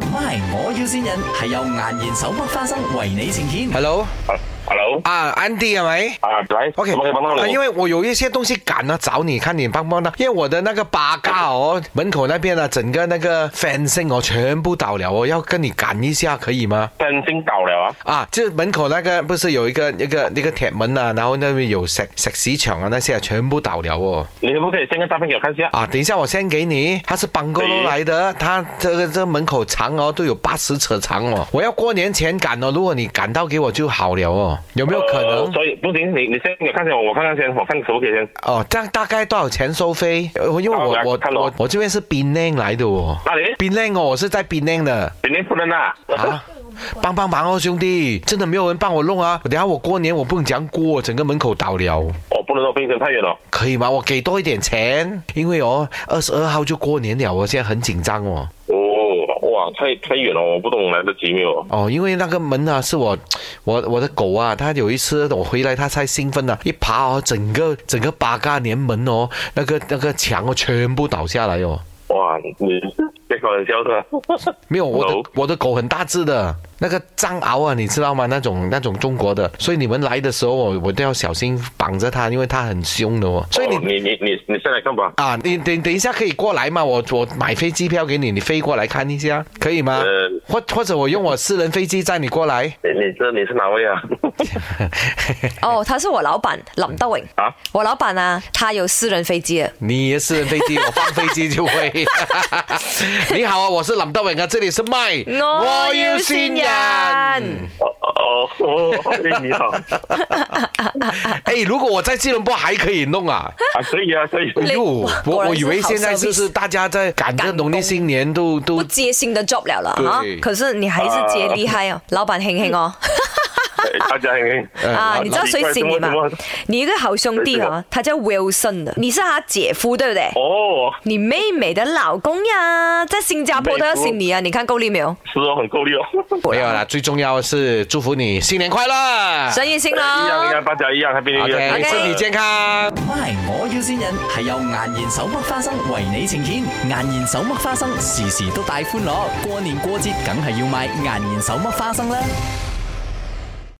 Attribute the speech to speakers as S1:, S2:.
S1: MY，我要先人係由顏然手剝花生為你呈現。
S2: Hello，
S3: Hello，
S2: 啊，Andy 系咪
S3: 啊，来
S2: ？OK，
S3: 怎么可以帮到
S2: 啊
S3: 你？
S2: 因为我有一些东西赶啊，找你看你帮不帮到，因为我的那个八嘎哦，门口那边啊，整个那个 fencing 哦，全部倒了哦，要跟你赶一下，可以吗？
S3: 真心倒了啊！
S2: 啊，就是门口那个不是有一个那个那个铁门啊，然后那边有石石市场啊那些啊，全部倒了哦。
S3: 你可不可以先个照片给我看一下？
S2: 啊，等一下我先给你，它是绑勾楼来的，它这个这门口长哦，都有八十尺长哦。我要过年前赶哦，如果你赶到给我就好了哦，有没有可能？
S3: 呃所以不行，你你先给我看一下，我看看先，我看可不可以先。
S2: 哦，这样大概多少钱收费？呃因为我
S3: 当然
S2: 我
S3: 看咯
S2: 我我这边是槟榔来的哦，
S3: 那你
S2: 槟榔哦，我是在槟榔 的
S3: 肯定不能啊！
S2: 啊。帮帮忙哦，兄弟！真的没有人帮我弄啊！等下我过年我不能讲过，整个门口倒了，
S3: 我不能说冰城太远了。
S2: 可以吗？我给多一点钱，因为哦，二十二号就过年了，我现在很紧张哦。
S3: 哦，哇，太太远了，我不懂来得及没有。
S2: 哦，因为那个门啊，是我我我的狗啊，它有一次我回来，它太兴奋了，一爬哦，整个整个八嘎连门哦，那个那个墙哦，全部倒下来哦。
S3: 哇，你别开玩笑的。
S2: 没有，我的
S3: No
S2: 我的狗很大只的，那个藏獒啊，你知道吗？那种那种中国的，所以你们来的时候，我我都要小心绑着它，因为它很凶的哦。所以你、
S3: 哦你你你你先来看吧。
S2: 啊，你等等一下可以过来吗？我我买飞机票给你，你飞过来看一下，可以吗？
S3: 呃
S2: 或或者我用我私人飞机载你过来。
S3: 你你这你是哪位啊？
S4: 哦， 他是我老板林德荣
S3: 啊
S4: 我老板啊，他有私人飞机啊的。
S2: 你也私人飞机，我放飞机就会。 你好啊，我是林德荣啊，这里是麦，
S4: 我要先人。
S3: 哦哦哦，哎你好啊，
S2: 哎，如果我在吉隆坡还可以弄啊。
S3: 可以啊可以。
S4: 你
S2: 哟
S4: 哇，
S2: 我
S4: 果然
S2: 哎我
S4: 是
S2: 以为
S4: 好
S2: 现在
S4: service
S2: 就是大家在赶着
S4: 赶
S2: 农历
S4: 工
S2: 新年都
S4: 不
S2: 都
S4: 接新的 job 了啦，
S2: 对
S4: 哈、可是你还是接厉害哦，老板兴兴哦。
S3: 啊 哎大家应该
S4: 啊，
S2: 老
S4: 你知道谁请你吗
S3: 什么什么？
S4: 你一个好兄弟
S3: 谁
S4: 哦，他叫 Wilson 的，你是他姐夫对不对？
S3: 哦，
S4: 你妹妹的老公呀，在新加坡都要信你啊！你看够力没有？
S3: 是哦，很够力哦。
S2: 没有啦。最重要的是祝福你新年快乐
S4: 生意兴
S3: 啊 一样一
S4: 隆
S3: 样，。大家一样，还比你
S2: ，OK，
S4: OK
S2: 身体健康。
S1: MY，我要先人係由顏然手剝花生為你呈現。顏然手剝花生時時都帶歡樂，過年過節梗係要買顏然手剝花生啦。